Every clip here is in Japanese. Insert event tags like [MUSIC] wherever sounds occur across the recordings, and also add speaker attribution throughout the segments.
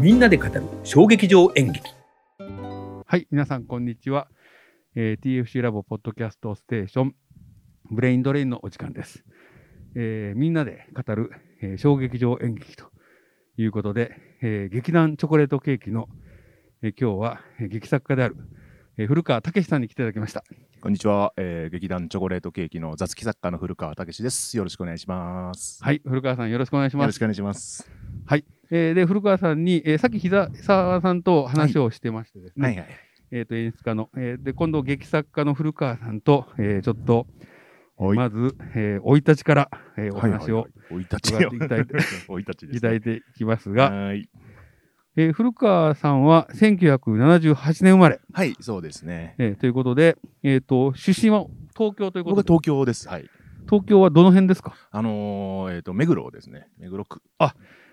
Speaker 1: みんなで語る衝撃場演劇
Speaker 2: はい、皆さん、こんにちは、えー TFC ラボポッドキャストステーション、ブレインドレインのお時間です。えーみんなで語る、えー小劇場演劇ということで、えー劇団チョコレートケーキの、えー今日は、えー劇作家である、えー古川武史さんに来ていただきました。
Speaker 3: こんにちは、えー劇団チョコレートケーキの雑記作家の古川武史です。よろしくお願いします。
Speaker 2: はい、古川さん、よろしくお願いし
Speaker 3: よ
Speaker 2: ま
Speaker 3: ろし
Speaker 2: す。
Speaker 3: くお願いします。
Speaker 2: えーで、古川さんに、えーさっき、膝沢さんと話をしてましてですね、
Speaker 3: はいはい。
Speaker 2: えー、と演出家の、えーで今度劇作家の古川さんと、えーちょっと、
Speaker 3: はい
Speaker 2: まず生、えー生い立ちから、えーお
Speaker 3: はいはい
Speaker 2: 話を
Speaker 3: はい。おい立ち
Speaker 2: 伺
Speaker 3: よ
Speaker 2: っていきたいと。
Speaker 3: おい立ちで
Speaker 2: い
Speaker 3: す、
Speaker 2: ただ
Speaker 3: ね。
Speaker 2: いていきますが、
Speaker 3: はい。
Speaker 2: えー古川さんは1978年生まれ、
Speaker 3: はい、そうですね。
Speaker 2: えーということで、えー、と出身は東京というこ
Speaker 3: 僕は
Speaker 2: とで
Speaker 3: 東京です。はい。
Speaker 2: 東京はどの辺ですか
Speaker 3: あのー、えっ、と、目黒ですね。目黒区。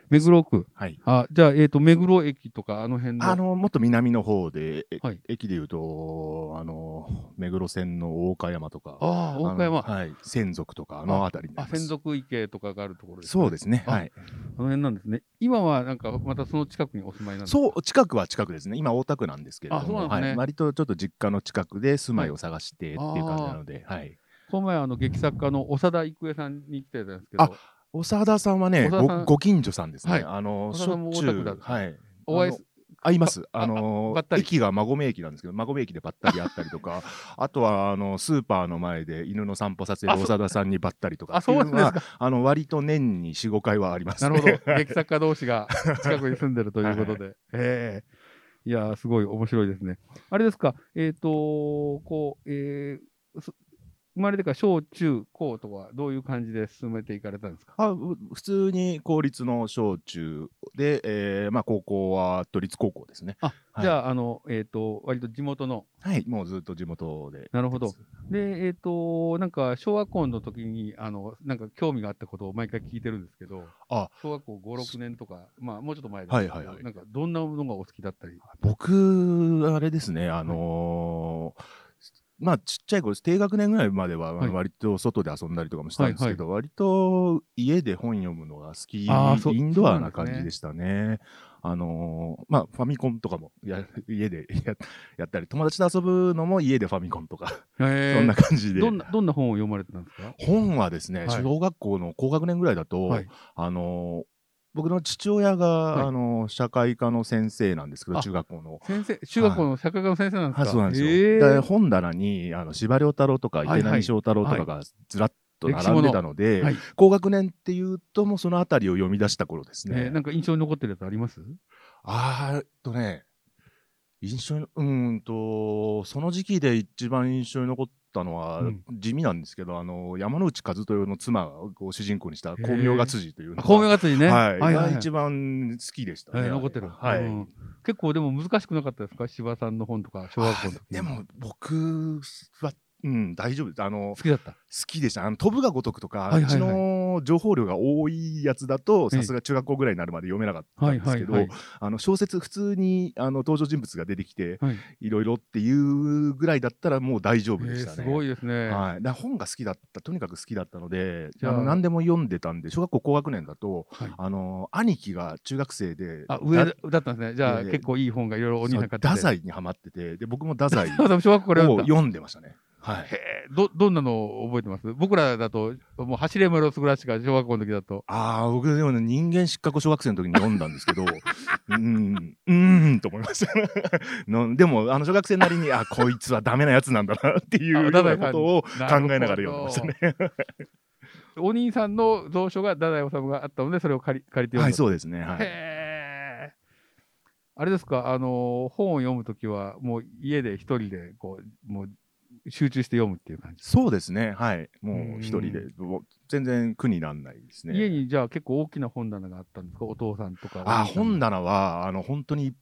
Speaker 2: 目黒区
Speaker 3: はい。
Speaker 2: あじゃあ、えー、と目黒駅とかあの辺の
Speaker 3: あのーもっと南の方で、え
Speaker 2: はい
Speaker 3: 駅でいうと、あのー目黒線の大岡山とか、
Speaker 2: あー大岡
Speaker 3: あの
Speaker 2: 山
Speaker 3: はい。専属とか、あの辺りにな
Speaker 2: あ
Speaker 3: ります
Speaker 2: 専属池とかがあるところですね、
Speaker 3: そうですね。
Speaker 2: あ
Speaker 3: はい。
Speaker 2: あの辺なんですね今はなんかまたその近くにお住まいなんですか
Speaker 3: そう、近くは近くですね。今、大田区なんですけれど
Speaker 2: あそうなん
Speaker 3: も、
Speaker 2: ですね
Speaker 3: はい、割とちょっと実家の近くで住まいを探してっていう
Speaker 2: はい
Speaker 3: 感じなので、はい。
Speaker 2: この前、あの劇作家の長田郁恵さんに来てたんですけど
Speaker 3: あ、長田さんはね、
Speaker 2: 長田さん
Speaker 3: ごご近所さんですね。
Speaker 2: はい
Speaker 3: あの、
Speaker 2: 長
Speaker 3: し
Speaker 2: 田さん
Speaker 3: ょ
Speaker 2: も
Speaker 3: っちゅ
Speaker 2: 大田区だ
Speaker 3: う、はい。
Speaker 2: お会いす
Speaker 3: あの会います。
Speaker 2: あ
Speaker 3: あの
Speaker 2: あばったり
Speaker 3: 駅が馬込駅なんですけど、馬込駅でばったり会ったり
Speaker 2: [LAUGHS]
Speaker 3: とか、あとはあのスーパーの前で犬の散歩させ
Speaker 2: あ
Speaker 3: る
Speaker 2: そう
Speaker 3: 長田さんにばったりとか
Speaker 2: あそうなんですか
Speaker 3: っていうのはあの割と年に4、5回 [LAUGHS] はあります、
Speaker 2: な
Speaker 3: ね。
Speaker 2: るほど、劇作家同士が近くに住んでるということで、ええいやー、すごい面白いですね。あれですか、えっ、とこう、えーそ生まれてから小中高とはどういう感じで進めていかれたんですか。
Speaker 3: あう普通に公立の小中で、えーまあ、高校は都立高校ですね。
Speaker 2: あ、
Speaker 3: はい
Speaker 2: じゃあ、あの、えっ、と、割と地元の、
Speaker 3: はい、もうずっと地元で。
Speaker 2: なるほど。で、えっ、となんか小学校の時に、あの、なんか興味があったことを毎回聞いてるんですけど。
Speaker 3: あ
Speaker 2: 小学校五六年とか、まあ、もうちょっと前です
Speaker 3: は
Speaker 2: け
Speaker 3: い
Speaker 2: ど、
Speaker 3: はいはい
Speaker 2: なんか、どんなものがお好きだったり。
Speaker 3: 僕、あれですね、あのーまあ、ちっちゃい頃、低学年ぐらいまでは、
Speaker 2: はい
Speaker 3: 割と外で遊んだりとかもしたんですけど、割と家で本読むのが好き、
Speaker 2: あーそう
Speaker 3: インド
Speaker 2: そ
Speaker 3: アな
Speaker 2: うなん
Speaker 3: 感
Speaker 2: ですね
Speaker 3: じでしたね。あのーまあ、ファミコンとかもや家でややったり、友達と遊ぶのも家でファミコンとか、
Speaker 2: え
Speaker 3: そんな感じで。
Speaker 2: どんな、どんな本を読まれてたんですか。
Speaker 3: 本はですね、
Speaker 2: はい
Speaker 3: 小学校の高学年ぐらいだと、
Speaker 2: はい
Speaker 3: あの僕の父親が、
Speaker 2: い
Speaker 3: あの社会科の先生なんですけど
Speaker 2: あ
Speaker 3: 中学校の。
Speaker 2: 先生、中学校の社会科の先生なんです
Speaker 3: あ
Speaker 2: か。
Speaker 3: そうなんですよ、
Speaker 2: え
Speaker 3: で
Speaker 2: ー
Speaker 3: 本棚にあの司馬遼太郎とか
Speaker 2: いはい
Speaker 3: 池波正太郎とかがずらっと
Speaker 2: 歴史
Speaker 3: 並んでたので、
Speaker 2: はい
Speaker 3: 高学年っていうともうそのあたりを読み出した頃です
Speaker 2: えー
Speaker 3: ね。
Speaker 2: なんか印象に残ってるやつあります。
Speaker 3: あーえっとね印象にうーんとその時期で一番印象に残ったのは、
Speaker 2: うん
Speaker 3: 地味なんですけどあの山之内和豊の妻を主人公にした「光明が辻」というのが
Speaker 2: あ、光明月にね。
Speaker 3: はい、
Speaker 2: はい、
Speaker 3: が一番好きでした
Speaker 2: え
Speaker 3: ね。
Speaker 2: ー残ってる。
Speaker 3: はい。
Speaker 2: うん結構でも難しくなかったですか、柴さんの本とか、小学校の時。
Speaker 3: あで。も僕は、うん、大丈夫です。あの
Speaker 2: 好、きだった。
Speaker 3: 好きでした。あの、飛ぶが如くとか、
Speaker 2: はいはいはいう
Speaker 3: ちの情報量が多いやつだと、さすが中学校ぐらいになるまで読めなかった
Speaker 2: は
Speaker 3: ん
Speaker 2: い
Speaker 3: です
Speaker 2: は
Speaker 3: け
Speaker 2: い
Speaker 3: ど、
Speaker 2: はい。
Speaker 3: あの、小説、普通に、あの、登場人物が出てきて、
Speaker 2: はい。
Speaker 3: いろいろっていうぐらいだったら、もう大丈夫でしたね。
Speaker 2: すごいですね。
Speaker 3: はい、だから本が好きだったとにかく好きだったので
Speaker 2: じ
Speaker 3: あ
Speaker 2: ゃあ
Speaker 3: の何でも読んでたんで小学校高学年だと、
Speaker 2: はい
Speaker 3: あの兄貴が中学生で
Speaker 2: あ、上
Speaker 3: だ
Speaker 2: だだったんですね。じゃあ、
Speaker 3: えー
Speaker 2: 結構いい本がいろいろ鬼
Speaker 3: そ
Speaker 2: な
Speaker 3: う
Speaker 2: んか
Speaker 3: 太
Speaker 2: [LAUGHS]
Speaker 3: 宰にハマっててで僕も太宰
Speaker 2: そうだ小学校から
Speaker 3: を
Speaker 2: 読んだ。
Speaker 3: 読んでましたね。はい、
Speaker 2: へーどどんなのを覚えてます僕らだと、もう走れ室すぐらいしか小学校の時だと。
Speaker 3: ああ僕でもね人間失格を小学生の時に読んだんですけど [LAUGHS] うーんうーんと思いました [LAUGHS] のでもあの小学生なりにあこいつはダメなやつなんだなっていうよ
Speaker 2: あ
Speaker 3: う
Speaker 2: 太宰
Speaker 3: な
Speaker 2: さん
Speaker 3: ことを考えながら
Speaker 2: る
Speaker 3: 読ん
Speaker 2: ほ
Speaker 3: で
Speaker 2: ど
Speaker 3: ましたね。
Speaker 2: お兄さんの蔵書が太宰治があったので、それを借り借りて読んだ。
Speaker 3: はいそうですね。はい、
Speaker 2: へえ。あれですか、あの本を読むときは、もう家で一人でこうもう集中して読むっていう感じ。
Speaker 3: そうですね。はいも
Speaker 2: う
Speaker 3: うん一人でもう全然苦にならないですね。
Speaker 2: 家にじゃあ結構大きな本棚があったんですか、お父さんとか。
Speaker 3: あ本
Speaker 2: 棚。
Speaker 3: 棚はあの本当に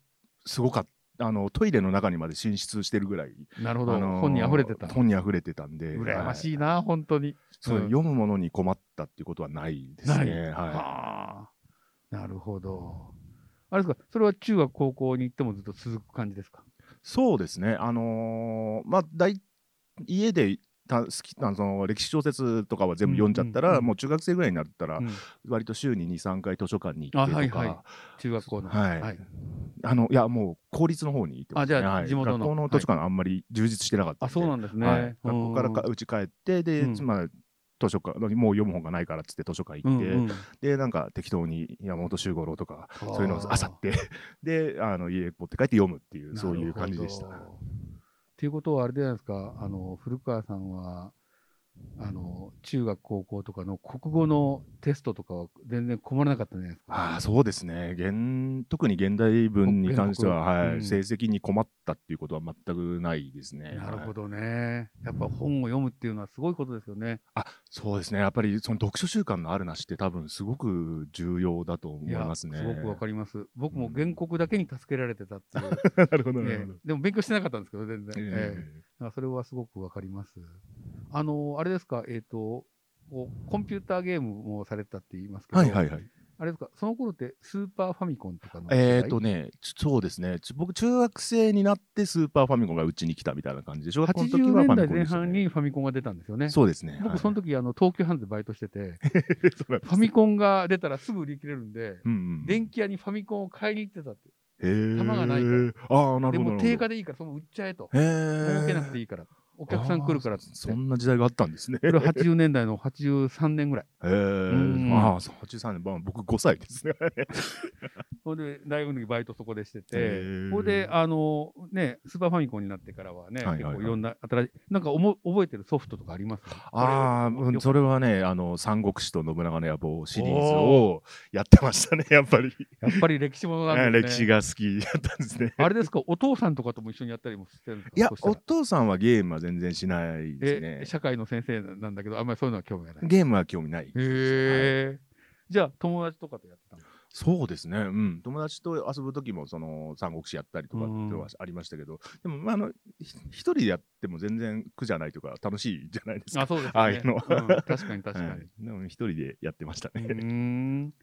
Speaker 3: すごかった。あのトイレの中にまで進出してるぐらい
Speaker 2: なるほど、
Speaker 3: あのー
Speaker 2: 本に溢れてた。
Speaker 3: 本に溢れてたんで
Speaker 2: 羨まし
Speaker 3: はい
Speaker 2: な、本当に。
Speaker 3: そう
Speaker 2: うん
Speaker 3: 読むものに困ったっていうことはないです
Speaker 2: ない
Speaker 3: ねは
Speaker 2: はあ。なるほど。あれですか、それは中学、高校に行ってもずっと続く感じですか。
Speaker 3: いそうですねあのーまあ大家でた好きあのその歴史小説とかは全部読んじゃったら、
Speaker 2: うんうんうん
Speaker 3: もう中学生ぐらいになったら、
Speaker 2: うん
Speaker 3: 割と週に23回図書館に行ってと
Speaker 2: あ
Speaker 3: かあ,、
Speaker 2: はいはい中学校の。
Speaker 3: はいのいやもう公立の方に行ってましたね
Speaker 2: あじゃあ
Speaker 3: はい
Speaker 2: 地元の
Speaker 3: 学校の図書館あんまり充実してなかった
Speaker 2: あ、
Speaker 3: んで、
Speaker 2: そうなんですね。
Speaker 3: はい、学校からか
Speaker 2: う
Speaker 3: うち帰ってで、
Speaker 2: うん
Speaker 3: まあ図書館もう読む本がないからっつって図書館行
Speaker 2: ん
Speaker 3: って、
Speaker 2: うんうん
Speaker 3: でなんか適当に山本周五郎とかそういうのを漁
Speaker 2: あ
Speaker 3: っ
Speaker 2: ー
Speaker 3: てであの家持って帰って読むっていうそういう感じでした
Speaker 2: なるほど。っていうことはあれじゃないですか、あの古川さんはあの中学、高校とかの国語のテストとかは全然困らなかったじゃないですか。
Speaker 3: ああそうですね現特に現代文に関しては、
Speaker 2: 原告
Speaker 3: はい
Speaker 2: うん
Speaker 3: 成績に困ったっていうことは全くないですね。
Speaker 2: なる
Speaker 3: は
Speaker 2: ほ
Speaker 3: い
Speaker 2: どね。やっぱ本を読むっていうのはすごいことですよね。
Speaker 3: あそうですねやっぱりその読書習慣のあるなしって多分すごく重要だと思
Speaker 2: い
Speaker 3: い
Speaker 2: や
Speaker 3: ますね。
Speaker 2: すごくわかります。僕も原告だけに助けられてたっていう。
Speaker 3: [LAUGHS] なるほどな
Speaker 2: え
Speaker 3: るほ
Speaker 2: え
Speaker 3: ど。
Speaker 2: でも勉強してなかったんですけど、全然。ええ
Speaker 3: え
Speaker 2: だからそれはすごくわかります。あの、あれですか、えっ、と、こうコンピューターゲームもされてたって言いますけ
Speaker 3: え
Speaker 2: ど、
Speaker 3: はいはいはい。
Speaker 2: あれですか、その頃ってスーパーファミコンとかの世代。
Speaker 3: えっ、とね、ちそうですね、ち僕、中学生になってスーパーファミコンがうちに来たみたいな感じで、小学校の時
Speaker 2: 80年代
Speaker 3: はファミコン
Speaker 2: 前
Speaker 3: でした、
Speaker 2: 半
Speaker 3: ね。
Speaker 2: にファミコンが出たんですよね。
Speaker 3: そうですね。
Speaker 2: 僕、その [LAUGHS]
Speaker 3: 時、
Speaker 2: 時、あの、東急ハンズでバイトして
Speaker 3: [LAUGHS]
Speaker 2: て、
Speaker 3: そうなんで
Speaker 2: フ
Speaker 3: す
Speaker 2: ァミコンが出たらすぐ売り切れるんで、
Speaker 3: うんうん、
Speaker 2: 電気屋にファミコンを買いに行ってたって。
Speaker 3: へー
Speaker 2: 玉がないか
Speaker 3: ああ、な
Speaker 2: で
Speaker 3: るほど。
Speaker 2: も、定価でいいから、その売っちゃえと。
Speaker 3: なるほど、
Speaker 2: 儲けなく
Speaker 3: へ
Speaker 2: て
Speaker 3: ー
Speaker 2: いいから。お客さん来るからっつって。
Speaker 3: そんな時代があった
Speaker 2: [LAUGHS]
Speaker 3: んですね。
Speaker 2: それは80年代の83年ぐらい。
Speaker 3: へー
Speaker 2: うん
Speaker 3: ああ、そう83年、まあ僕5歳で
Speaker 2: [LAUGHS]
Speaker 3: すね。
Speaker 2: それで、大学の時バイトそこでして
Speaker 3: へ
Speaker 2: て、
Speaker 3: ー
Speaker 2: これで、あの、ね、スーパーファミコンになってからはね、
Speaker 3: はいはい
Speaker 2: 結
Speaker 3: はい
Speaker 2: 構いろんな新しい、なんかおも覚えてるソフトとかあります
Speaker 3: ああ、う
Speaker 2: これ
Speaker 3: ん
Speaker 2: を
Speaker 3: それはね、あの、三国志と信長の野望シリーズをやってましたね、やっぱり。
Speaker 2: やっぱり歴史ものなんですね。
Speaker 3: [LAUGHS] 歴史が好きだったん
Speaker 2: [LAUGHS]
Speaker 3: ですね。
Speaker 2: あれですか、お父さんとかとも一緒にやったりもしてるんですか
Speaker 3: いや
Speaker 2: そし、た
Speaker 3: お
Speaker 2: ら
Speaker 3: 父さんはゲームは全然しないです
Speaker 2: え
Speaker 3: ね。
Speaker 2: 社会の先生なんだけど、あんまりそういうのは興味がない。へ
Speaker 3: ゲームは興味ない。
Speaker 2: え、じゃあ、友達とかとやってたの
Speaker 3: そうですね、うん、友達と遊ぶ時もその三国志やったりとかっていうのはありましたけど、でも、まあ、あのひ一人でやっても全然苦じゃないとか楽しいじゃないですか。
Speaker 2: あ、そうです
Speaker 3: あ
Speaker 2: よね
Speaker 3: あいう。 [LAUGHS] の
Speaker 2: うん確かに確かに。
Speaker 3: はい、でも一人でやってました
Speaker 2: う
Speaker 3: ね。
Speaker 2: ーん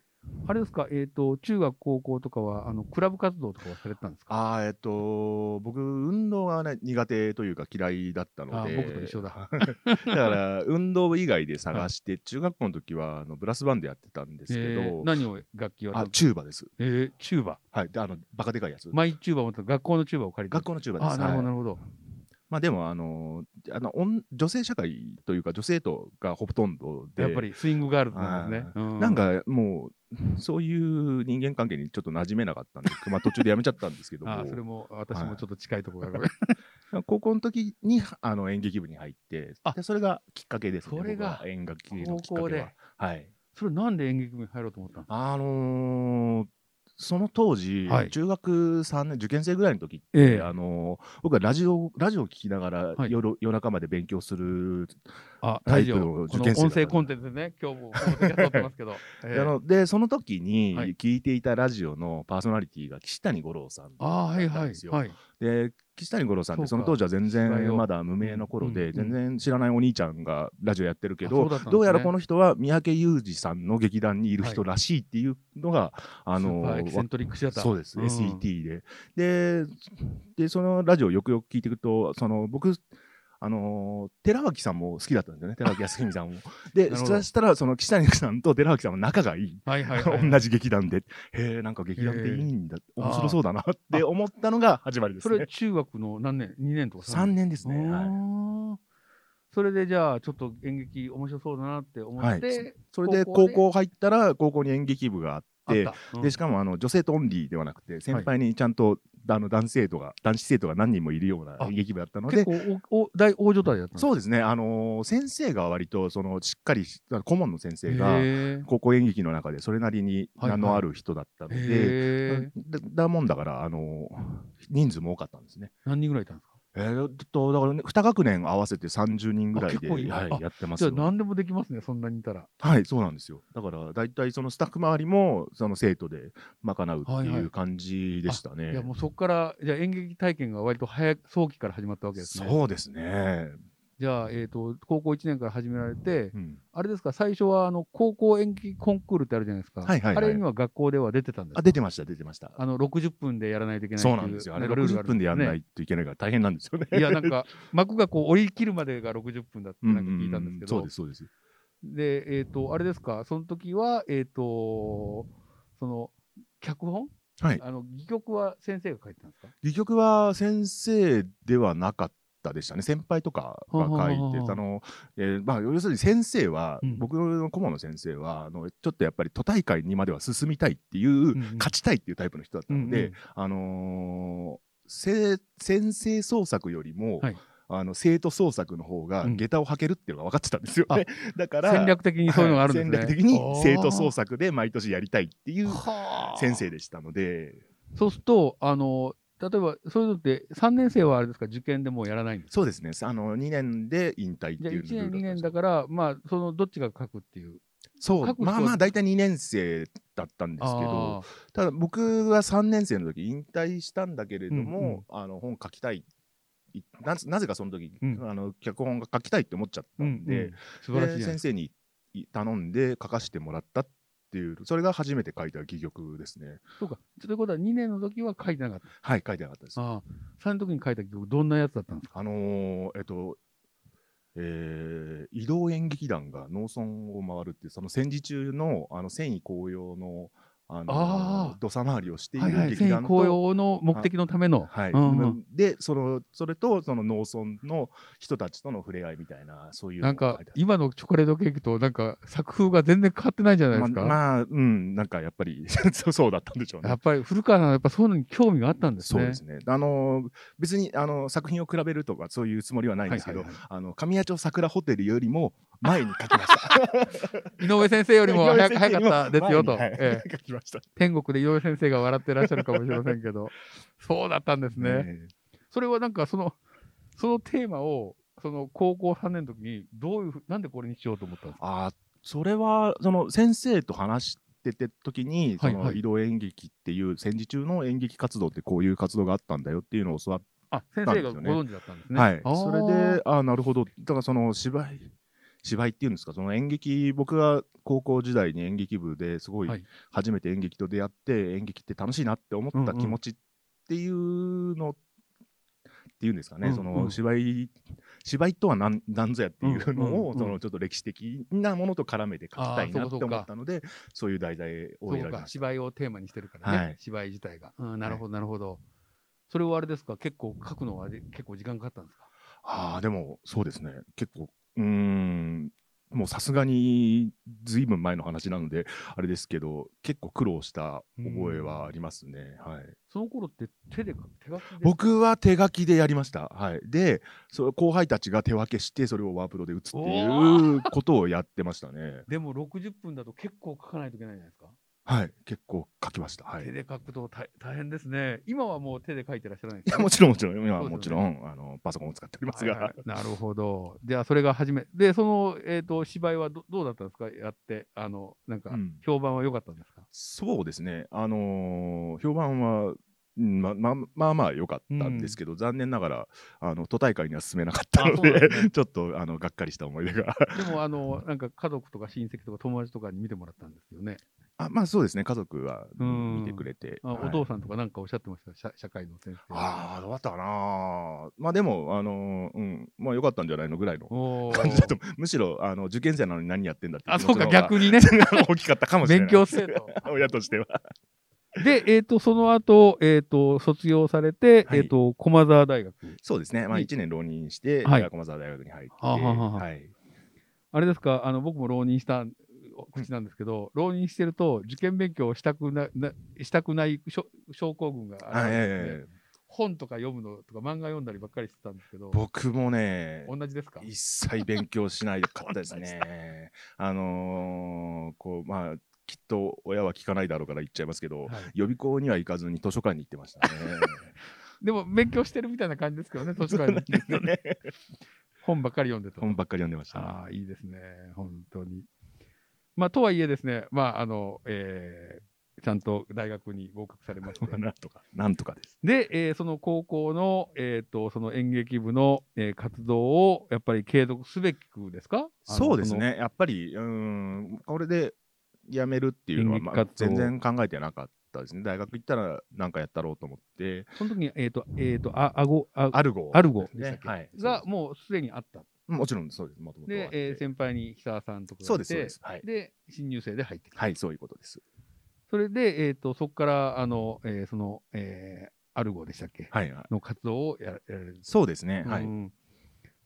Speaker 2: あれですか、えっ、と、中学、高校とかは、あの、クラブ活動とかはされてたんですか
Speaker 3: ああえっと僕運動が、ね、苦手というか嫌いだったの
Speaker 2: あ
Speaker 3: で
Speaker 2: 僕と一緒だ。[LAUGHS]
Speaker 3: だから運動以外で探して、中学校の時はあのブラスバンドやってたんですけど、
Speaker 2: えー何を楽器は
Speaker 3: あチューバです、
Speaker 2: えー、チューバ。
Speaker 3: はい、であのバカでかいやつ
Speaker 2: マイチューバー持ってた学校のチューバを借りて。
Speaker 3: 学校のチューバで
Speaker 2: あー、
Speaker 3: す
Speaker 2: なるほど、
Speaker 3: はい
Speaker 2: なるほど。
Speaker 3: まあでもあのあの女女性社会というか女性とがほとんどで
Speaker 2: やっぱりスイングガールズなんですね。う
Speaker 3: なん、かもうそういう人間関係にちょっと馴染めなかったんで、まあ、途中でやめちゃったんですけども
Speaker 2: あーそれも、私もちょっと近いところがある。
Speaker 3: [LAUGHS] 高校の時にあの演劇部に入って
Speaker 2: あ
Speaker 3: でそれがきっかけですね
Speaker 2: それが
Speaker 3: 僕は演劇のき
Speaker 2: 高
Speaker 3: っか
Speaker 2: 校
Speaker 3: け
Speaker 2: で
Speaker 3: は。はい
Speaker 2: それなんで演劇部に入ろうと思ったんですか
Speaker 3: あのーその当時、
Speaker 2: はい
Speaker 3: 中学3年受験生ぐらいの時って、
Speaker 2: ええ
Speaker 3: あのー僕はラジオラジオを聞きながら、
Speaker 2: はい
Speaker 3: 夜夜中まで勉強する
Speaker 2: あ、
Speaker 3: タ
Speaker 2: 大
Speaker 3: イプ
Speaker 2: 丈
Speaker 3: の
Speaker 2: 夫。こ
Speaker 3: 受
Speaker 2: の
Speaker 3: 験生だ
Speaker 2: 音
Speaker 3: った
Speaker 2: 声コンテンツでね、今日もこの時は撮ってますけど。え
Speaker 3: であ
Speaker 2: ー
Speaker 3: のでその時に
Speaker 2: はい
Speaker 3: 聞いていたラジオのパーソナリティが岸谷五郎さん
Speaker 2: あー、はい
Speaker 3: だった
Speaker 2: は
Speaker 3: ん
Speaker 2: い
Speaker 3: です。よ
Speaker 2: はい。
Speaker 3: で岸谷五郎さんって
Speaker 2: そ
Speaker 3: そ
Speaker 2: か
Speaker 3: うの当時は全
Speaker 2: 時代を
Speaker 3: 然まだ無名の頃で、
Speaker 2: うんうん
Speaker 3: 全然知らないお兄ちゃんがラジオやってるけ
Speaker 2: あ
Speaker 3: ど、
Speaker 2: そうだったんですね
Speaker 3: どうやらこの人は三宅裕二さんの劇団にいる人らしいっていうのが、あ
Speaker 2: あの
Speaker 3: の
Speaker 2: エキセントリックシアター。
Speaker 3: そうです、
Speaker 2: ん
Speaker 3: SET でででそのラジオよくよく聞いていくとその僕あのー寺脇さんも好きだったんですよね寺脇康文さん
Speaker 2: [LAUGHS]
Speaker 3: もで
Speaker 2: なるほど
Speaker 3: そしたらその岸谷さんと寺脇さんは仲がいい
Speaker 2: はいはいはい。
Speaker 3: [LAUGHS] 同じ劇団で、へえ、なんか劇団っていいんだ、
Speaker 2: ー
Speaker 3: 面白そうだなって思ったのが始まりです
Speaker 2: そ
Speaker 3: ね
Speaker 2: れ。中学の何年 ?2 年とか
Speaker 3: 3年ですね。
Speaker 2: あ
Speaker 3: はい
Speaker 2: ーそれでじゃあちょっと演劇面白そうだなって思って、
Speaker 3: はいそれで高校入ったら、高校に演劇部があっ、
Speaker 2: あってた、うん
Speaker 3: でしかもあの女性とオンリーではなくて、先輩にちゃんと、あの男性とか、男子生徒が何人もいるような
Speaker 2: あ
Speaker 3: 演劇部だったの
Speaker 2: 結
Speaker 3: で、
Speaker 2: 構おお大大所帯だった
Speaker 3: そうですね、あのー先生が割とそのしっかりし顧問の先
Speaker 2: う
Speaker 3: 生が、
Speaker 2: へ
Speaker 3: 高校演劇の中でそれなりに名のある人だったの
Speaker 2: え
Speaker 3: で、だだもんだから、あのー人数も多かったんですね。
Speaker 2: 何人ぐらいいたんですか
Speaker 3: えー、っと、だからね、2学年合わせて30人ぐらい
Speaker 2: あ結
Speaker 3: で、
Speaker 2: 構いる
Speaker 3: はい
Speaker 2: あ、
Speaker 3: やってます
Speaker 2: じゃあ
Speaker 3: よ。
Speaker 2: 何でもできますねそんなにいたら
Speaker 3: はい、そうなんですよ。だから、大体そのスタッフ周りも、その生徒で賄うっ
Speaker 2: は
Speaker 3: て
Speaker 2: いはいいう
Speaker 3: 感じでしたね。
Speaker 2: いやもうそこからじゃあ演劇体験が割と早く早期から始まったわけですね
Speaker 3: そうですね。
Speaker 2: じゃあ、えー、と高校1年から始められて、
Speaker 3: うん
Speaker 2: あれですか、最初はあの高校演劇コンクールってあるじゃないですか、
Speaker 3: はいはいはい
Speaker 2: あれには学校では出てたんですか
Speaker 3: あ出てました出てました
Speaker 2: あの60分でやらないといけないってい
Speaker 3: そうなんですよあれ
Speaker 2: かルールが
Speaker 3: 60分でやんな
Speaker 2: ね
Speaker 3: いといけないから大変なんですよね
Speaker 2: いや、なんか、幕がこう折り切るまでが60分だってなんか聞いたんですけど、
Speaker 3: [LAUGHS] うううそうですそうです
Speaker 2: で、えっ、と、あれですか、その時は、えっ、と、その、脚本、
Speaker 3: はい
Speaker 2: あの、戯曲は先生が書いてたんですか
Speaker 3: 戯曲は先生ではなかったでしたね先輩とかが書いて
Speaker 2: ははは
Speaker 3: たあの、えーまあ、要するに先生は、
Speaker 2: うん
Speaker 3: 僕の顧問の先生はあのちょっとやっぱり都大会にまでは進みたいっていう、
Speaker 2: んうん
Speaker 3: 勝ちたいっていうタイプの人だったので、あのーせ先生創作よりも、
Speaker 2: はい
Speaker 3: あの生徒創作の方が
Speaker 2: うん
Speaker 3: 下駄を履けるっていうのが分かってたんですよ、ね [LAUGHS] だから
Speaker 2: 戦略的にそういうのがあるんですね。
Speaker 3: はい戦略的に生徒創作で毎年やりたいっていう
Speaker 2: 作
Speaker 3: 先生でしたので
Speaker 2: そうすると、あの、例えば、そういうのって、3年生はあれですか、受験でもうやらないんですか
Speaker 3: そうですねあの2年で引退って
Speaker 2: じゃあ
Speaker 3: い
Speaker 2: 1年、2
Speaker 3: うルールだったんで
Speaker 2: 年
Speaker 3: す
Speaker 2: だから、まあ、そのどっちが書くっていう。
Speaker 3: そ
Speaker 2: 書
Speaker 3: う
Speaker 2: く人
Speaker 3: まあまあ大体2年生だったんですけど
Speaker 2: あー
Speaker 3: ただ僕は3年生の時引退したんだけれども、
Speaker 2: うんうん
Speaker 3: あの本書きたいいなぜなぜかその時、
Speaker 2: うん
Speaker 3: あの脚本が書きたいって思っちゃった
Speaker 2: うん
Speaker 3: ん
Speaker 2: う
Speaker 3: で、
Speaker 2: ん素晴らしいじ
Speaker 3: で
Speaker 2: ゃない
Speaker 3: 先生にい頼んで書かせてもらったっていうそれが初めて書いた戯曲ですね
Speaker 2: そうか。ということは、2年の時は書いてなかった。
Speaker 3: はい書いてなかったです
Speaker 2: ああ。3の時に書いた曲、どんなやつだったんですか
Speaker 3: あのーえっと、えー移動演劇団が農村を回るっていう、その戦時中のあの戦意高揚の、あのー
Speaker 2: あー
Speaker 3: 土佐回りをしてい
Speaker 2: は
Speaker 3: る
Speaker 2: いはい、
Speaker 3: 劇
Speaker 2: 戦
Speaker 3: 団
Speaker 2: 意
Speaker 3: と、
Speaker 2: 高揚の目的のための。
Speaker 3: はい
Speaker 2: うんうん
Speaker 3: でその、それとその農村の人たちとの触れ合いみたいな、そういうの
Speaker 2: なん
Speaker 3: が
Speaker 2: か
Speaker 3: 書いてある
Speaker 2: 今のチョコレートケーキとなんか作風が全然変わってないじゃないですか。
Speaker 3: ままあ、うん、なんかやっぱり [LAUGHS] そうそうだったんでしょうね
Speaker 2: や。っぱり古川さんはやっぱそういうのに興味があったんです
Speaker 3: そう
Speaker 2: ね。
Speaker 3: ですね。あのー別にあの作品を比べるとかそういうつもりはないんですけど、
Speaker 2: はいはい
Speaker 3: あの神谷町桜ホテルよりも前に書きました。
Speaker 2: [LAUGHS] 井上先生よりも早く
Speaker 3: 井上先
Speaker 2: 早
Speaker 3: 生よ
Speaker 2: か
Speaker 3: りも
Speaker 2: ったですよと、
Speaker 3: [LAUGHS] 前にはい
Speaker 2: ええ
Speaker 3: 書きました。
Speaker 2: 天国で井上先生が笑ってらっしゃるかもしれませんけど、 [LAUGHS] そうだったんですね。それはなんかその、そのテーマを、その高校3年の時に、どういうふう、なんでこれにしようと思ったんですか
Speaker 3: あーそれはその先生と話してて時にそ
Speaker 2: はい
Speaker 3: の
Speaker 2: はい
Speaker 3: 移動演劇っていう戦時中の演劇活動ってこういう活動があったんだよっていうのを教わっ
Speaker 2: あ、先生がご存知だったんです
Speaker 3: て、
Speaker 2: ね。
Speaker 3: はい、
Speaker 2: あー
Speaker 3: それであーなるほどだからその芝居芝居っていうんですかその演劇僕が高校時代に演劇部ですごい
Speaker 2: はい
Speaker 3: 初めて演劇と出会って、演劇って楽しいなって思った気持ちっていうのっていうんですか
Speaker 2: う
Speaker 3: ね、
Speaker 2: ん
Speaker 3: そ
Speaker 2: うん
Speaker 3: の芝居芝居とは何何ぞやっていうのを、
Speaker 2: うんうんうん
Speaker 3: そのちょっと歴史的なものと絡めて書きたい
Speaker 2: あ
Speaker 3: な
Speaker 2: ー
Speaker 3: っ
Speaker 2: そうかそう
Speaker 3: て
Speaker 2: か
Speaker 3: 思ったのでそういう題材を
Speaker 2: そ
Speaker 3: 選
Speaker 2: うか
Speaker 3: びました。
Speaker 2: 芝居をテーマにしてるからね、
Speaker 3: はい
Speaker 2: 芝居自体が、うん、なるほどなるほど、それはあれですか結構書くのはで結構時間かかったんですか
Speaker 3: ああでもそうですね結構うーんもうさすがにずいぶん前の話なのであれですけど結構苦労した覚えはありますね。はい
Speaker 2: その頃って手で書く手書きで
Speaker 3: 僕は手書きでやりました。はい、でそう後輩たちが手分けしてそれをワープロで打つっていうことをやってましたね。
Speaker 2: でも60分だと結構書かないといけないじゃないですか、
Speaker 3: はい、結構書きました。はい、
Speaker 2: 手
Speaker 3: い
Speaker 2: で書くと大大変ですね今はもう手で書いてらっしゃらないです
Speaker 3: や
Speaker 2: ね
Speaker 3: もちろんもちろん今は
Speaker 2: そう
Speaker 3: も
Speaker 2: です
Speaker 3: ち
Speaker 2: よ
Speaker 3: ろ
Speaker 2: ね
Speaker 3: ん、あのパソコンを使っておりますが、
Speaker 2: はいはいなるほどじゃあそれが初めでその、えー、と芝居はどどうだったんですかやってあのなんか
Speaker 3: うん
Speaker 2: 評判は良かったんですか、
Speaker 3: そうですね。あのー評判はうんまままあまあ良かったんですけど、残念ながらあの都大会には進めなかった
Speaker 2: あ
Speaker 3: ので
Speaker 2: そうなんです
Speaker 3: [LAUGHS] ちょっとあのがっかりした思い出が [LAUGHS]
Speaker 2: でもあのなんか家族とか親戚とか友達とかに見てもらったんですよね
Speaker 3: あまあそうですね家族は
Speaker 2: うん
Speaker 3: 見てくれて、
Speaker 2: あ
Speaker 3: はい
Speaker 2: お父さんとかなんかおっしゃってました、社社会の先生。
Speaker 3: ああ、どうだったかな。まあでも、あのーうん、まあよかったんじゃないのぐらいの
Speaker 2: おー
Speaker 3: 感 [LAUGHS] じだと思う、むしろあの受験生なのに何やってんだってい
Speaker 2: あ、そうか、
Speaker 3: 気
Speaker 2: 逆に
Speaker 3: [LAUGHS]
Speaker 2: ね、
Speaker 3: 持ちの方が大きかったかもしれ
Speaker 2: 勉
Speaker 3: ない。
Speaker 2: 強生徒。
Speaker 3: 親としては。
Speaker 2: で、えっ、と、その後、えっ、と、卒業されて、
Speaker 3: はい
Speaker 2: えっ、と、駒沢大学。
Speaker 3: そうですね、まあ、
Speaker 2: いい
Speaker 3: 1年浪人して、
Speaker 2: はい
Speaker 3: 駒沢大学に入って、
Speaker 2: はあはあはあ
Speaker 3: はい、
Speaker 2: あれですか、あの、僕も浪人した口なんですけど、浪人してると、受験勉強をしたくな、なしたくないしょ症候群が現
Speaker 3: あいやいや
Speaker 2: れ
Speaker 3: い
Speaker 2: て、
Speaker 3: や
Speaker 2: 本とか読むのとか、漫画読んだりばっかりしてたんですけど、
Speaker 3: 僕もね、
Speaker 2: 同じですか
Speaker 3: 一切勉強しないでよかったですね。あのーこう、まあ、きっと親は聞かないだろうから言っちゃいますけ
Speaker 2: は
Speaker 3: ど、
Speaker 2: い
Speaker 3: 予備校には行かずに図書館に行ってま
Speaker 2: [LAUGHS]
Speaker 3: したね。
Speaker 2: でも、勉強してるみたいな感じですけどね、図書館に行って
Speaker 3: そうなんですよね
Speaker 2: 本ばっかり読んでた。
Speaker 3: 本ばっかり読んでました、
Speaker 2: ああ、いいですね、本当に。まあ、とはいえですね、まあ、あの、えーちゃんと大学に合格されまして。
Speaker 3: なんとか、なんとかです。
Speaker 2: で、えーその高校の、えー、とその演劇部の、えー活動をやっぱり継続すべきですかあの
Speaker 3: そうですね、やっぱり、うーん、これで辞めるっていうのは、
Speaker 2: 演劇
Speaker 3: まあ
Speaker 2: 活動
Speaker 3: 全然考えてなかったですね。大学行ったら、なんかやったろうと思って、
Speaker 2: その時に、えっ、と、えっ、と、あ、あご、あ、
Speaker 3: アルゴ
Speaker 2: アルゴ
Speaker 3: ですね
Speaker 2: でしたっけ
Speaker 3: はい、
Speaker 2: が
Speaker 3: そう
Speaker 2: もうすでにあった。
Speaker 3: ですもちろんそうです、もともとはあ
Speaker 2: で
Speaker 3: っ、て
Speaker 2: えー先輩に久さんとかがいて
Speaker 3: そうです、そうです。はい、
Speaker 2: で新入生で入ってきた。
Speaker 3: はい、そういうことです。
Speaker 2: それで、えっ、と、そこから、あの、えーその、えーアルゴでしたっけ
Speaker 3: はい、はい
Speaker 2: の活動をやらやられる。
Speaker 3: そうですね、は
Speaker 2: う
Speaker 3: い。
Speaker 2: ん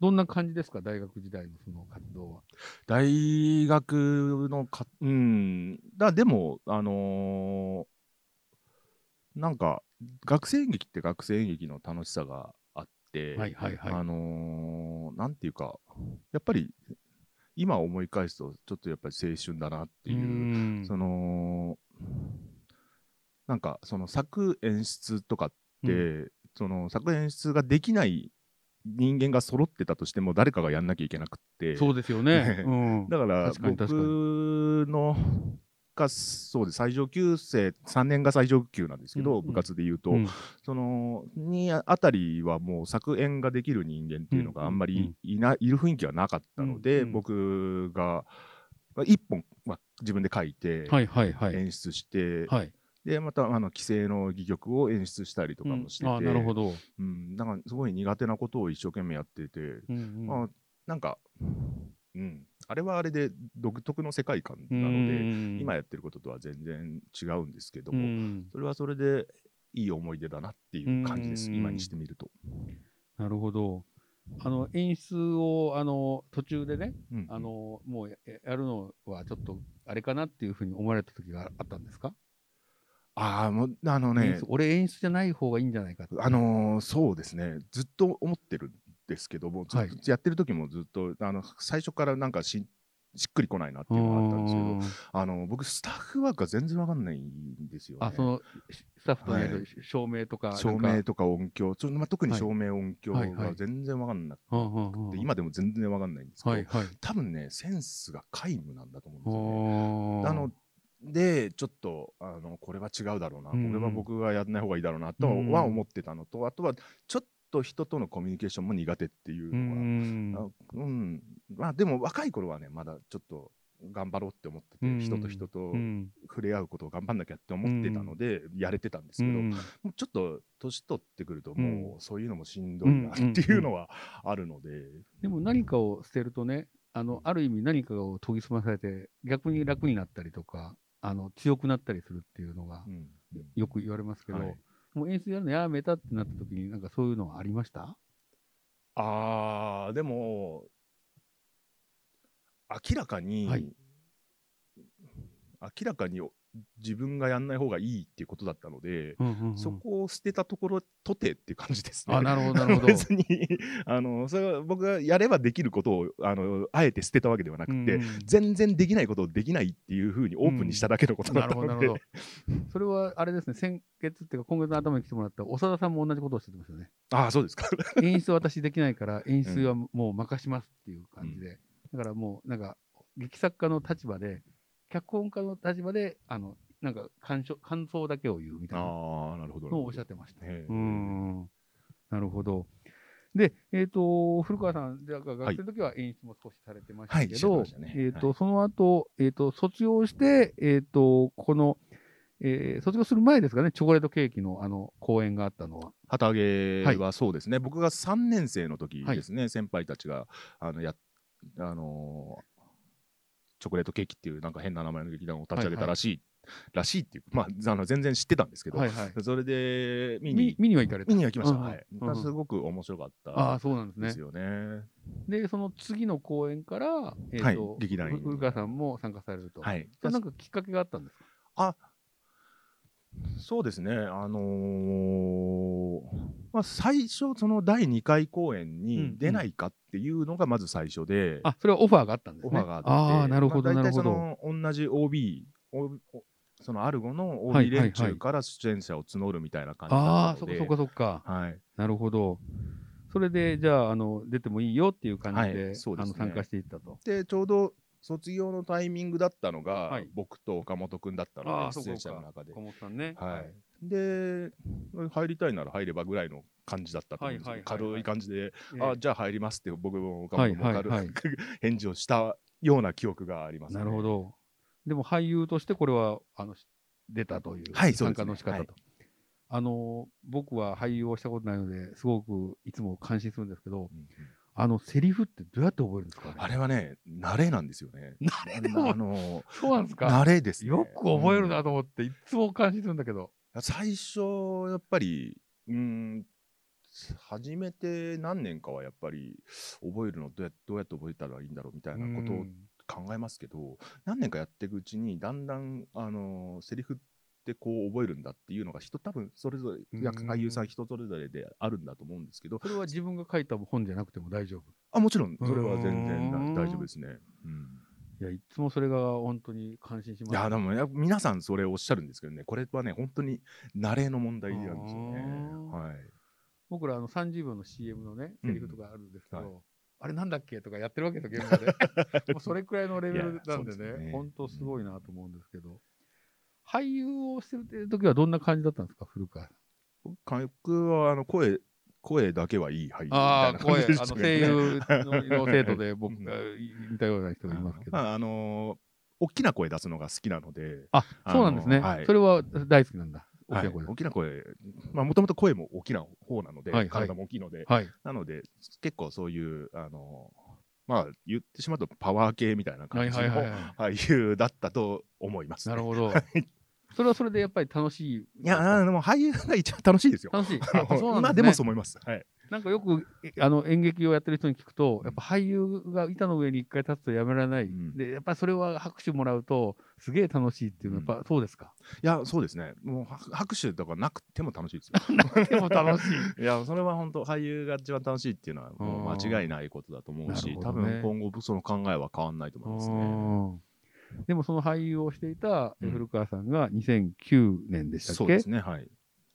Speaker 2: どんな感じですか、大学時代のその活動は。
Speaker 3: 大学のか、うん、だでも、あのーなんか、学生演劇って学生演劇の楽しさがあって、
Speaker 2: はいはいはい。
Speaker 3: あのーなんていうか、やっぱり今思い返すと、ちょっとやっぱり青春だなっていう、
Speaker 2: ん
Speaker 3: その、なんかその作演出とかって、
Speaker 2: う
Speaker 3: その作演出ができない人間が揃ってたとしても、誰かがやんなきゃいけなくって、
Speaker 2: そうですよ
Speaker 3: [LAUGHS]
Speaker 2: ね。うん
Speaker 3: だから
Speaker 2: 確かに確かに
Speaker 3: 僕のがそうです最上級生3年が最上級なんですけ
Speaker 2: うん
Speaker 3: ど、
Speaker 2: うん
Speaker 3: 部活でいうと、
Speaker 2: うん
Speaker 3: そのにあたりはもう作演ができる人間っていうの
Speaker 2: うん
Speaker 3: があんまりいな、いる雰囲気はなかったので、
Speaker 2: うんうん
Speaker 3: 僕がまあ一本は自分で書いて、
Speaker 2: はいはいはい。
Speaker 3: 演出して、
Speaker 2: はい。
Speaker 3: でまたあの既成の戯曲を演出したりとかもしてて、
Speaker 2: うんあ、なるほど。
Speaker 3: うんなんかすごい苦手なことを一生懸命やってて、
Speaker 2: うんうん
Speaker 3: まあ、なんか、うん、あれはあれで独特の世界観
Speaker 2: う
Speaker 3: なので、
Speaker 2: ん
Speaker 3: 今やってることとは全然違うんですけど
Speaker 2: う
Speaker 3: も、
Speaker 2: ん
Speaker 3: それはそれでいい思い出だなっていう感じです、
Speaker 2: うん
Speaker 3: 今にしてみると。
Speaker 2: なるほど。あの演出をあの途中でね、
Speaker 3: うん
Speaker 2: あのもうややるのはちょっとあれかなっていうふうに思われた時があったんですか、
Speaker 3: あーもうあの
Speaker 2: 演
Speaker 3: ね
Speaker 2: 出、俺、演出じゃない方がいいんじゃないかって
Speaker 3: あのーそうですね、ずっと思ってるんですけども、ずっと
Speaker 2: はい
Speaker 3: やってる時もずっと、あの最初からなんかししっくりこないなっていうのがあったんですけど、あの僕、スタッフワークが全然わかんないんですよ、ね。
Speaker 2: あそのしスタッフとのやる
Speaker 3: はい
Speaker 2: 照明とかなんか、
Speaker 3: 照明とか音響、ちょまあ、特に
Speaker 2: はい
Speaker 3: 照明、音響
Speaker 2: はいは
Speaker 3: が
Speaker 2: い
Speaker 3: 全然わかんなくて、
Speaker 2: うんうんうん、
Speaker 3: 今でも全然わかんないんですけど、
Speaker 2: はいはい、
Speaker 3: 多分ね、センスが皆無なんだと思うんですよね。
Speaker 2: あ
Speaker 3: なので、ちょっとあのこれは違うだろうな、
Speaker 2: うんうん
Speaker 3: これは僕がやんない方がいいだろうなと
Speaker 2: うん
Speaker 3: は思ってたのと、あとはちょっと人とのコミュニケーションも苦手ってい
Speaker 2: う
Speaker 3: うのが、
Speaker 2: ん
Speaker 3: あうんまあ、でも若い頃はね、まだちょっと頑張ろうって思ってて、
Speaker 2: うん
Speaker 3: 人と人と
Speaker 2: うん
Speaker 3: 触れ合うことを頑張んなきゃって思ってたので、やれてたんです
Speaker 2: う
Speaker 3: けど、
Speaker 2: ん
Speaker 3: もうちょっと年取ってくると、
Speaker 2: うん
Speaker 3: もうそういうのもしんどいなっていうのはあるので、
Speaker 2: でも何かを捨てるとね、あのある意味何かを研ぎ澄まされて、逆に楽になったりとか、あの強くなったりするっていうのが
Speaker 3: うん
Speaker 2: よく言われますけど、
Speaker 3: はい
Speaker 2: もう演出やるのやめたってなった時に、なんかそういうのはありました
Speaker 3: あー、でも、明らかに、
Speaker 2: はい
Speaker 3: 明らかに自分がやんない方がいいっていうことだったので、そ
Speaker 2: そ
Speaker 3: こを捨てたところとてっていう感じですね。
Speaker 2: あなるほど、なるほど。
Speaker 3: [LAUGHS] 別にあのそれは僕がやればできることをあのあえて捨てたわけではなくて、
Speaker 2: [LAUGHS] うん
Speaker 3: 全然できないことをできないっていうふうにオープンにしただけのことだ
Speaker 2: な
Speaker 3: っ
Speaker 2: る
Speaker 3: た
Speaker 2: ほど、な
Speaker 3: ので、
Speaker 2: るほど。それはあれですね、先月っていうか、今月の頭に来てもらった長田さんも同じことをしてましたね。
Speaker 3: ああそうですか
Speaker 2: 演出私できないから、演出はもう任しますっていう感じで、だからもう、なんか、劇作家の立場で、脚本家の立場で、あの、なんか感想、感想だけを言うみたいな
Speaker 3: ああなるほどなるほど
Speaker 2: のをおっしゃってました。
Speaker 3: ええ
Speaker 2: うんなるほど。で、えっ、と、古川さん、だから
Speaker 3: はい
Speaker 2: 学生の時は演出も少しされてました
Speaker 3: はい
Speaker 2: け
Speaker 3: して
Speaker 2: ど、
Speaker 3: ましたね
Speaker 2: えっ、と、
Speaker 3: は
Speaker 2: その後、えっ、と、卒業して、えっ、と、この、えー卒業する前ですかね、チョコレートケーキのあの公演があったのは。
Speaker 3: 旗揚げはそうですね、僕が3年生の時ですね、先輩たちがあのやあのーチョコレートケーキっていうなんか変な名前の劇団を立ち上げたらしい、らしいっていうまああの全然知ってたんですけど、
Speaker 2: はいはい。
Speaker 3: それで見に
Speaker 2: 見見には行かれた
Speaker 3: 見。には来ました、
Speaker 2: うんうん
Speaker 3: はい、
Speaker 2: うんうん
Speaker 3: すごく面白かっ
Speaker 2: あ
Speaker 3: た
Speaker 2: あ、そうなんです
Speaker 3: で
Speaker 2: ね
Speaker 3: す。よね
Speaker 2: で、その次の公演から、えっ、と、
Speaker 3: はい劇団員
Speaker 2: 古川さんも参加されると。
Speaker 3: はい
Speaker 2: それなんかきっかけがあったんですか
Speaker 3: あそうですね、あのーまあ、最初、その第2回公演に出ないかっていうのがまず最初で、
Speaker 2: あ、それはオファーがあったんですね。
Speaker 3: オファーがあって、
Speaker 2: ああ、なるほど、
Speaker 3: ま
Speaker 2: なる
Speaker 3: あ大
Speaker 2: ほ
Speaker 3: 体そ
Speaker 2: ど。
Speaker 3: の同じ OB、OB そのアルゴの
Speaker 2: はい
Speaker 3: OB 連中から出演者を募るみたいな感じ
Speaker 2: あ
Speaker 3: だ
Speaker 2: あ
Speaker 3: っ、た
Speaker 2: そ
Speaker 3: の
Speaker 2: っか
Speaker 3: で、
Speaker 2: そっかそっか。
Speaker 3: はい、
Speaker 2: なるほど。それで、じゃあ、あの、出てもいいよっていう感じで、
Speaker 3: はいそう
Speaker 2: あ
Speaker 3: です
Speaker 2: の参
Speaker 3: ね
Speaker 2: 加していったと。
Speaker 3: でちょうど卒業のタイミングだったのが、
Speaker 2: はい
Speaker 3: 僕と岡本君だった
Speaker 2: あ
Speaker 3: の
Speaker 2: あ
Speaker 3: で、
Speaker 2: そう
Speaker 3: 出
Speaker 2: か
Speaker 3: 演者の中で。
Speaker 2: 岡本さんね。
Speaker 3: はい、で、入りたいなら入ればぐらいの感じだったと思うんですよ
Speaker 2: はいはいはいはい
Speaker 3: 軽い感じで、
Speaker 2: え
Speaker 3: あ
Speaker 2: ー
Speaker 3: じゃあ入りますって、僕も岡本も軽
Speaker 2: はいはいは
Speaker 3: く返事をしたような記憶があります、
Speaker 2: なるほ。ど。でも俳優としてこれはあのし出たという、
Speaker 3: はいそ
Speaker 2: 参
Speaker 3: うで
Speaker 2: 加
Speaker 3: すね
Speaker 2: の仕方と。
Speaker 3: はい
Speaker 2: あの僕は俳優をしたことないのですごくいつも感心するんですけど
Speaker 3: うんうん
Speaker 2: あのセリフってどうやって覚えるんですかね
Speaker 3: あれはね、慣れなんですよね。
Speaker 2: 慣 [LAUGHS] れでも
Speaker 3: あの
Speaker 2: そうなんですか
Speaker 3: 慣れです、ね。
Speaker 2: よく覚える
Speaker 3: うん
Speaker 2: なと思っていつも感心するんだけど、
Speaker 3: 最初やっぱりうーん始めて何年かはやっぱり覚えるのどうやどうやって覚えたらいいんだろうみたいなこと
Speaker 2: う
Speaker 3: を
Speaker 2: ん
Speaker 3: 考えますけど、何年かやっていくうちにだんだんあのセリフってこう覚えるんだっていうのが人多分それぞれ
Speaker 2: うん
Speaker 3: 役俳優さん人それぞれであるんだと思うんですけど
Speaker 2: それは自分が書いた本じゃなくても大丈夫
Speaker 3: あもちろんそれは全然
Speaker 2: うん
Speaker 3: だ大丈夫ですね。うん
Speaker 2: いやいつもそれが本当に感心しま
Speaker 3: い
Speaker 2: す
Speaker 3: やでもや皆さんそれおっしゃるんですけどねこれはね本当に慣れの問題なんですよね
Speaker 2: あ。ー
Speaker 3: はい
Speaker 2: 僕らあの30秒の CM のね、
Speaker 3: うん
Speaker 2: セリフとかあるんですけど、
Speaker 3: はい
Speaker 2: あれなんだっけとかやってるわけですよ、
Speaker 3: [LAUGHS]
Speaker 2: 現場で。もうそれくらいのレベルなんで
Speaker 3: いやそうですよ
Speaker 2: ね、
Speaker 3: ね
Speaker 2: 本当すごいなと思うんですけど、俳優をしてる時はどんな感じだったんですか、古川さん。
Speaker 3: 僕はあの声声だけはいい俳優みた
Speaker 2: あ
Speaker 3: い
Speaker 2: あ、
Speaker 3: な感
Speaker 2: 声、
Speaker 3: じで
Speaker 2: あ
Speaker 3: した
Speaker 2: の
Speaker 3: けど
Speaker 2: 声
Speaker 3: ね
Speaker 2: 優の生徒で僕
Speaker 3: うん
Speaker 2: が似たような人がいますけ
Speaker 3: [LAUGHS]
Speaker 2: ど。
Speaker 3: まああの大きな声出すのが好きなので
Speaker 2: あ、
Speaker 3: あの
Speaker 2: そうなんですね。
Speaker 3: はい
Speaker 2: それは大好きなんだ。大きな
Speaker 3: はい
Speaker 2: 声で
Speaker 3: 大きな声まあもともと声も大きな方なので、
Speaker 2: はいはい
Speaker 3: 体も大きいので
Speaker 2: はい。
Speaker 3: なので結構そういうあのまあ言ってしまうとパワー系みたいな
Speaker 2: は
Speaker 3: 感
Speaker 2: い
Speaker 3: じ
Speaker 2: はいはい
Speaker 3: の
Speaker 2: は
Speaker 3: 俳優だったと思いま
Speaker 2: い。
Speaker 3: す、
Speaker 2: なる
Speaker 3: ほ
Speaker 2: ほど。それはそれでやっぱり楽しい。い
Speaker 3: どいやあーでも俳優が一番楽しいですよ
Speaker 2: 楽しい。 [LAUGHS] あそうなんですね
Speaker 3: 今 [LAUGHS] でもそう思います、はい、
Speaker 2: なんかよくえあの演劇をやってる人に聞くと、やっぱ俳優が板の上に一回立つとやめられない、
Speaker 3: うん
Speaker 2: でやっぱそれは拍手もらうと、すげえ楽しいっていうのは、
Speaker 3: うん
Speaker 2: やっぱそうですか。
Speaker 3: いやそうですねもうは拍手とかなくても楽しい [LAUGHS] ですよ
Speaker 2: [LAUGHS] でも楽しい。
Speaker 3: いやそれは本当俳優が一番楽しいっていうのはもう間違いないことだと思うし、
Speaker 2: うんなる
Speaker 3: 多
Speaker 2: ほどね
Speaker 3: 分今後その考えは変わんないと思いますね。
Speaker 2: うんでもその俳優をしていた
Speaker 3: うん
Speaker 2: 古川さんが2009年でしたっけ、
Speaker 3: そうですねはい。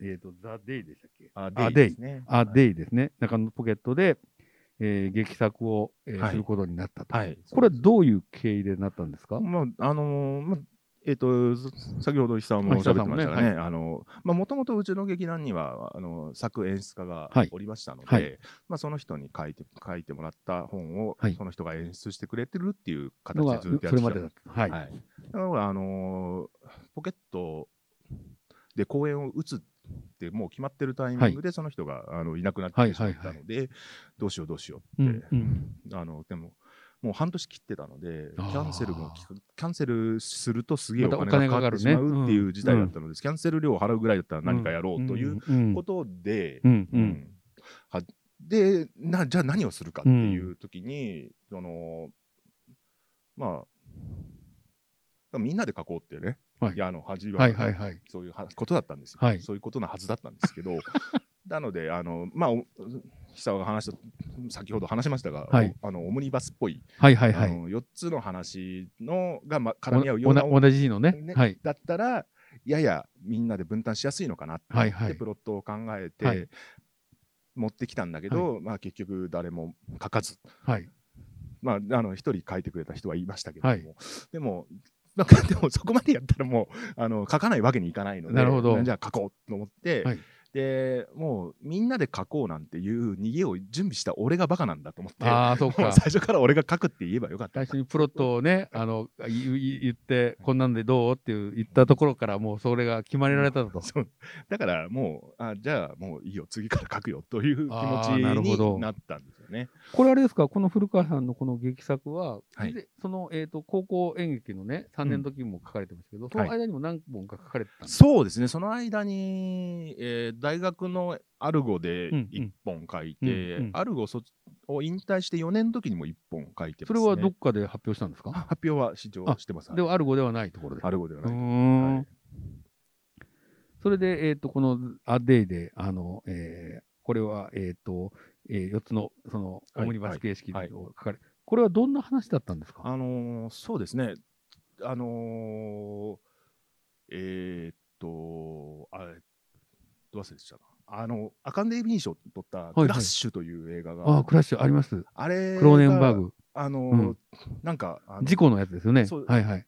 Speaker 2: えっ、と、ザ・デイでしたっけ
Speaker 3: あ
Speaker 2: あ
Speaker 3: すね
Speaker 2: あ、
Speaker 3: イ
Speaker 2: デイですね。中野ポケットで、えー劇作を、えー
Speaker 3: はい
Speaker 2: することになったと。
Speaker 3: はい。
Speaker 2: これはどういう経緯でなったんですか、
Speaker 3: まああのーまあえっ、とず先ほど石さんも
Speaker 2: あ
Speaker 3: おっしゃってました
Speaker 2: 石田
Speaker 3: が
Speaker 2: さんも
Speaker 3: ね、
Speaker 2: ね
Speaker 3: あのまあ元々うちの劇団にはあの作演出家が
Speaker 2: はい
Speaker 3: おりましたので、
Speaker 2: はい
Speaker 3: まあその人に書いて書いてもらった本を、
Speaker 2: はい
Speaker 3: その人が演出してくれてるっていう
Speaker 2: の
Speaker 3: 形
Speaker 2: が
Speaker 3: で
Speaker 2: そ
Speaker 3: ずっとやって
Speaker 2: れ
Speaker 3: き
Speaker 2: ま
Speaker 3: たの
Speaker 2: でだった。はい。
Speaker 3: はい、だから、あのーポケットで公演を打つってもう決まってるタイミングでその人が、い、あのいなくなってしまったので、どうしようどうしよう
Speaker 2: う
Speaker 3: っ
Speaker 2: ん
Speaker 3: て、
Speaker 2: うん
Speaker 3: あのでももう半年切ってたのでキ
Speaker 2: あー
Speaker 3: ャンセルもきキャンセルするとすげえお
Speaker 2: またお
Speaker 3: 金
Speaker 2: 金
Speaker 3: がか
Speaker 2: がかか
Speaker 3: かって
Speaker 2: る
Speaker 3: し
Speaker 2: ね
Speaker 3: まうっていう事態
Speaker 2: うん
Speaker 3: だったのです、キャンセル料を払うぐらいだったら何かやろうという
Speaker 2: うん
Speaker 3: ことで、
Speaker 2: うん
Speaker 3: う
Speaker 2: うんん
Speaker 3: はでなじゃあ何をするかっていう時に、そのまあみんなで書こうってね、
Speaker 2: はい
Speaker 3: やあの恥は,、
Speaker 2: はいはいはい。
Speaker 3: そういうはことだったんですよ、
Speaker 2: はい
Speaker 3: そういうことのはずだったんですけど [LAUGHS] なのであのまあお久尾が話した先ほど話しましたが、
Speaker 2: はい
Speaker 3: おあのオムニバスっぽい、
Speaker 2: はいはいは
Speaker 3: あ
Speaker 2: い。
Speaker 3: の4つの話のが、ま、絡み合うような
Speaker 2: おな同じ字のね
Speaker 3: ね。
Speaker 2: はい。
Speaker 3: だったらややみんなで分担しやすいのかなって、
Speaker 2: はいはい
Speaker 3: プロットを考えて、
Speaker 2: はい
Speaker 3: 持ってきたんだけど、まあ、結局誰も書かず
Speaker 2: はい。
Speaker 3: まああの一人書いてくれた人はいましたけれども、
Speaker 2: はい
Speaker 3: でもなん [LAUGHS] かでもそこまでやったらもうあの書かないわけにいかないので
Speaker 2: なるほど
Speaker 3: じゃあ書こうと思って、
Speaker 2: はい
Speaker 3: でもうみんなで書こうなんていう逃げを準備した俺がバカなんだと思って
Speaker 2: ああ、そう
Speaker 3: もう
Speaker 2: [LAUGHS] か。
Speaker 3: 最初から俺が書くって言えばよかった
Speaker 2: 最初にプロットをね、あの、いい言って、こんなんでどうっていう言ったところから、もうそれが決まられたと。
Speaker 3: そうだからもうあじゃあもういいよ次から書くよという気持ち
Speaker 2: あーなるほど
Speaker 3: になったんですよね。
Speaker 2: これあれですか、この古川さんのこの劇作は、
Speaker 3: はい
Speaker 2: でその、えっ、と、高校演劇のね、3年の時も書かれてますけど、その間にも何本か書かれてたんです
Speaker 3: そうですねその間に、えー大学のアルゴで
Speaker 2: うんうん
Speaker 3: 1本書いて、
Speaker 2: うんうん
Speaker 3: アルゴ卒を引退して4年の時にも1本書いてます、ね、
Speaker 2: それはどっかで発表したんですか
Speaker 3: 発表は試乗してます。
Speaker 2: で
Speaker 3: はい
Speaker 2: は、アルゴではないところで。
Speaker 3: アルゴでは
Speaker 2: う
Speaker 3: ない。
Speaker 2: ーん
Speaker 3: はい
Speaker 2: それで、えっとこの「アデイであの、えーこれは、えっとえ4つのその
Speaker 3: はい
Speaker 2: オムニバス形式を
Speaker 3: はい
Speaker 2: 書かれ、これはどんな話だったんですか
Speaker 3: あのーそうですね、あのーえーっと、あれ、どう忘れてたな、あの、アカデミー賞を取った、
Speaker 2: いはい
Speaker 3: クラッシュという映画が、
Speaker 2: あクラッシュあります
Speaker 3: あれが、
Speaker 2: クローネンバーグ
Speaker 3: あのー
Speaker 2: うん
Speaker 3: なんか、あの
Speaker 2: 事故のやつですよね
Speaker 3: そう。
Speaker 2: はいはい。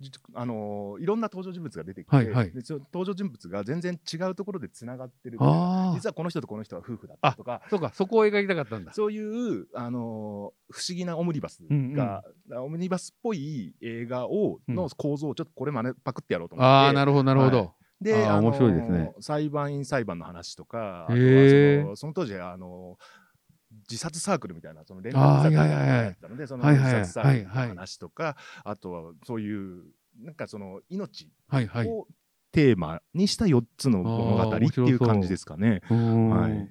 Speaker 3: じあのーいろんな登場人物が出てきて、
Speaker 2: はいはい
Speaker 3: でその登場人物が全然違うところでつながってるみたいな
Speaker 2: あ
Speaker 3: 実はこの人とこの人は夫婦だったとか
Speaker 2: あ、そうか、そこを描きたかったんだ。
Speaker 3: そういう、あのー不思議なオムニバスが、オムニバスっぽい映画を
Speaker 2: う
Speaker 3: の
Speaker 2: ん
Speaker 3: 構造をちょっとこれまねパクってやろうと思って。
Speaker 2: ああ、なるほど、なるほ
Speaker 3: は
Speaker 2: ど。
Speaker 3: で、
Speaker 2: あー
Speaker 3: のー
Speaker 2: 面白いですね
Speaker 3: 裁判員裁判の話とか、あとはそ
Speaker 2: へー
Speaker 3: のその当時、あのー自殺サークルみたいな、その連
Speaker 2: あー
Speaker 3: みたい
Speaker 2: いやいや
Speaker 3: な
Speaker 2: いや
Speaker 3: やったので、その
Speaker 2: はい
Speaker 3: 自
Speaker 2: はい
Speaker 3: 殺サークルの
Speaker 2: はいはい
Speaker 3: 話とか、あとはそういう、なんかその命
Speaker 2: はいはい。
Speaker 3: をテーマにした4つの物語っていう感じですかね。
Speaker 2: うーん
Speaker 3: はい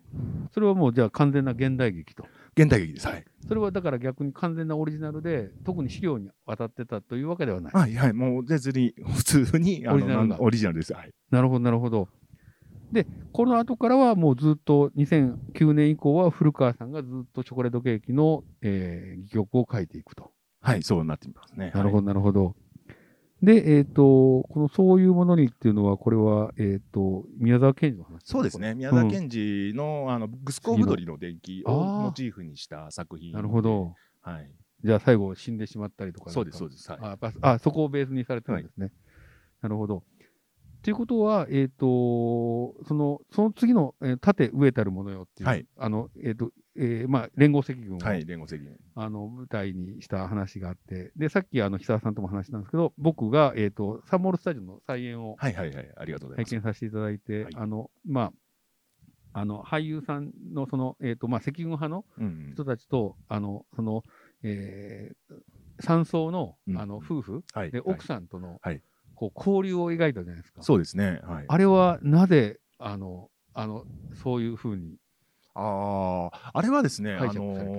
Speaker 2: それはもうじゃあ完全な現代劇と。
Speaker 3: 現代劇です。はい。
Speaker 2: それはだから逆に完全なオリジナルで、特に資料に渡ってたというわけではない。
Speaker 3: はいはい、もう別に普通にあの
Speaker 2: オリジナルが
Speaker 3: オリジナルです。はい。
Speaker 2: なるほど、なるほど。で、この後からはもうずっと2009年以降は古川さんがずっとチョコレートケーキの、えー、戯曲を書いていくと。
Speaker 3: はい、そうなってみますね。
Speaker 2: なるほど、なるほど。で、えっ、と、このそういうものにっていうのは、これは、えっ、と、宮沢賢治の話
Speaker 3: そうです。ね。宮沢賢治の、あの、グスコブドリの電気を
Speaker 2: あー
Speaker 3: モチーフにした作品。
Speaker 2: なるほ。ど。
Speaker 3: はい。
Speaker 2: じゃあ最後死んでしまったりとか
Speaker 3: そうです、そう
Speaker 2: う
Speaker 3: です。はい。
Speaker 2: あやっぱあ、そこをベースにされてるんですね。なるほど。ということは、えっ、と、その、その次の、えー縦植えたるものよっていう、
Speaker 3: はい
Speaker 2: あの、えっ、と、えーまあ、連合赤軍を、
Speaker 3: はい、連合責任。
Speaker 2: あの、舞台にした話があって、で、さっき、あの、久田さんとも話したんですけど、僕が、えっ、と、サンモールスタジオの再演を
Speaker 3: はい、はい、はい。ありがとうござい
Speaker 2: 拝
Speaker 3: ます。
Speaker 2: 見させていただいて、
Speaker 3: はい
Speaker 2: あの、まあ、あの、俳優さんの、その、えっ、と、まあ、赤軍派の
Speaker 3: うんうん
Speaker 2: 人たちと、あの、その、えー、山荘の、
Speaker 3: うん
Speaker 2: あの、夫婦、
Speaker 3: はい。
Speaker 2: で、
Speaker 3: はい
Speaker 2: 奥さんとの、
Speaker 3: はい
Speaker 2: こう、交流を描いたじゃないですか。
Speaker 3: そうですね。はい。
Speaker 2: あれは、なぜ、あの、あの、そういうふうに、
Speaker 3: ああ、あれはですね、あ
Speaker 2: 解
Speaker 3: の
Speaker 2: 釈された
Speaker 3: ー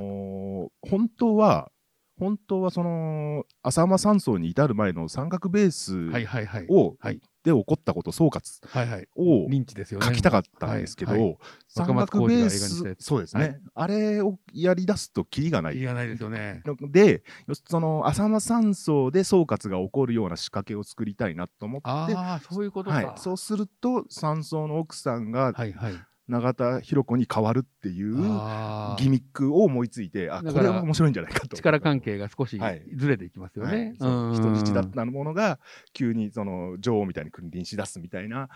Speaker 3: 本当は、本当はその、浅間山荘に至る前の三角ベース
Speaker 2: はいはいはい。
Speaker 3: を、
Speaker 2: はい
Speaker 3: で起こったこと総括
Speaker 2: はいはい。
Speaker 3: を
Speaker 2: 認知ですよね。
Speaker 3: 書きたかったんですけど、
Speaker 2: はいはい
Speaker 3: 三
Speaker 2: 若松
Speaker 3: 角
Speaker 2: 浩
Speaker 3: ベ
Speaker 2: 二が映画
Speaker 3: ー
Speaker 2: にしたや
Speaker 3: ス
Speaker 2: つ
Speaker 3: そうですね、
Speaker 2: はい
Speaker 3: あれをやり出すとキリがない
Speaker 2: 言わないですよね。
Speaker 3: のでよその浅間山荘で総括が起こるような仕掛けを作りたいなと思って。
Speaker 2: ああ、そういうことか。
Speaker 3: はい、そうすると山荘の奥さんが
Speaker 2: はいはい。
Speaker 3: 永田弘子に変わるっていう
Speaker 2: あー
Speaker 3: ギミックを思いついてあ
Speaker 2: だ
Speaker 3: こ
Speaker 2: から
Speaker 3: れは面白いんじゃないかと
Speaker 2: 力関係が少し
Speaker 3: はい
Speaker 2: ずれていきますよ
Speaker 3: はい
Speaker 2: ね。
Speaker 3: その
Speaker 2: うんうんうん
Speaker 3: 人質だったものが急にその女王みたいに君臨しだすみたいな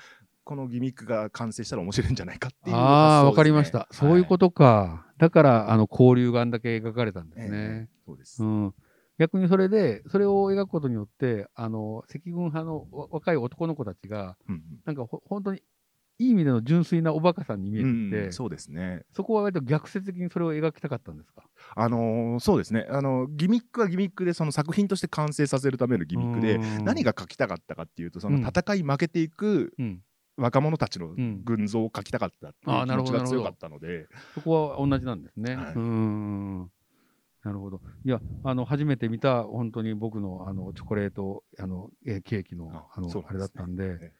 Speaker 3: このギミックが完成したら面白いんじゃないかっていう発想ですね、
Speaker 2: ああ、わかりました。そういう
Speaker 3: と
Speaker 2: ことか。だから、あの、交流があんだけ描かれたんです
Speaker 3: え
Speaker 2: ね
Speaker 3: え。そうです。
Speaker 2: うん。逆にそれで、それを描くことによって、あの、赤軍派のわ若い男の子たちが、
Speaker 3: うん
Speaker 2: なんかほ本当に、いい意味での純粋なおバカさんに見
Speaker 3: う
Speaker 2: え
Speaker 3: ん
Speaker 2: て
Speaker 3: う
Speaker 2: きて、
Speaker 3: ん
Speaker 2: そ
Speaker 3: そうですね。
Speaker 2: こは割と逆説的にそれを描きたかったんですか。
Speaker 3: あのーそうですね。あのギミックはギミックで、その作品として完成させるためのギミックで、
Speaker 2: うん
Speaker 3: 何が書きたかったかっていうと、そ
Speaker 2: うん
Speaker 3: の戦い負けていく
Speaker 2: うん、
Speaker 3: 若者たちの
Speaker 2: うん
Speaker 3: 群像を書きたかったっていう気持ちが強かったので、
Speaker 2: そこは同じなんですね。
Speaker 3: はいう
Speaker 2: ーん。なるほど。いや、あの、初めて見た、本当に僕の、あの、チョコレート、あの、えーケーキの
Speaker 3: あ、
Speaker 2: あの、
Speaker 3: そうな
Speaker 2: あ
Speaker 3: ん
Speaker 2: れ
Speaker 3: ですね
Speaker 2: だったんで
Speaker 3: ええ、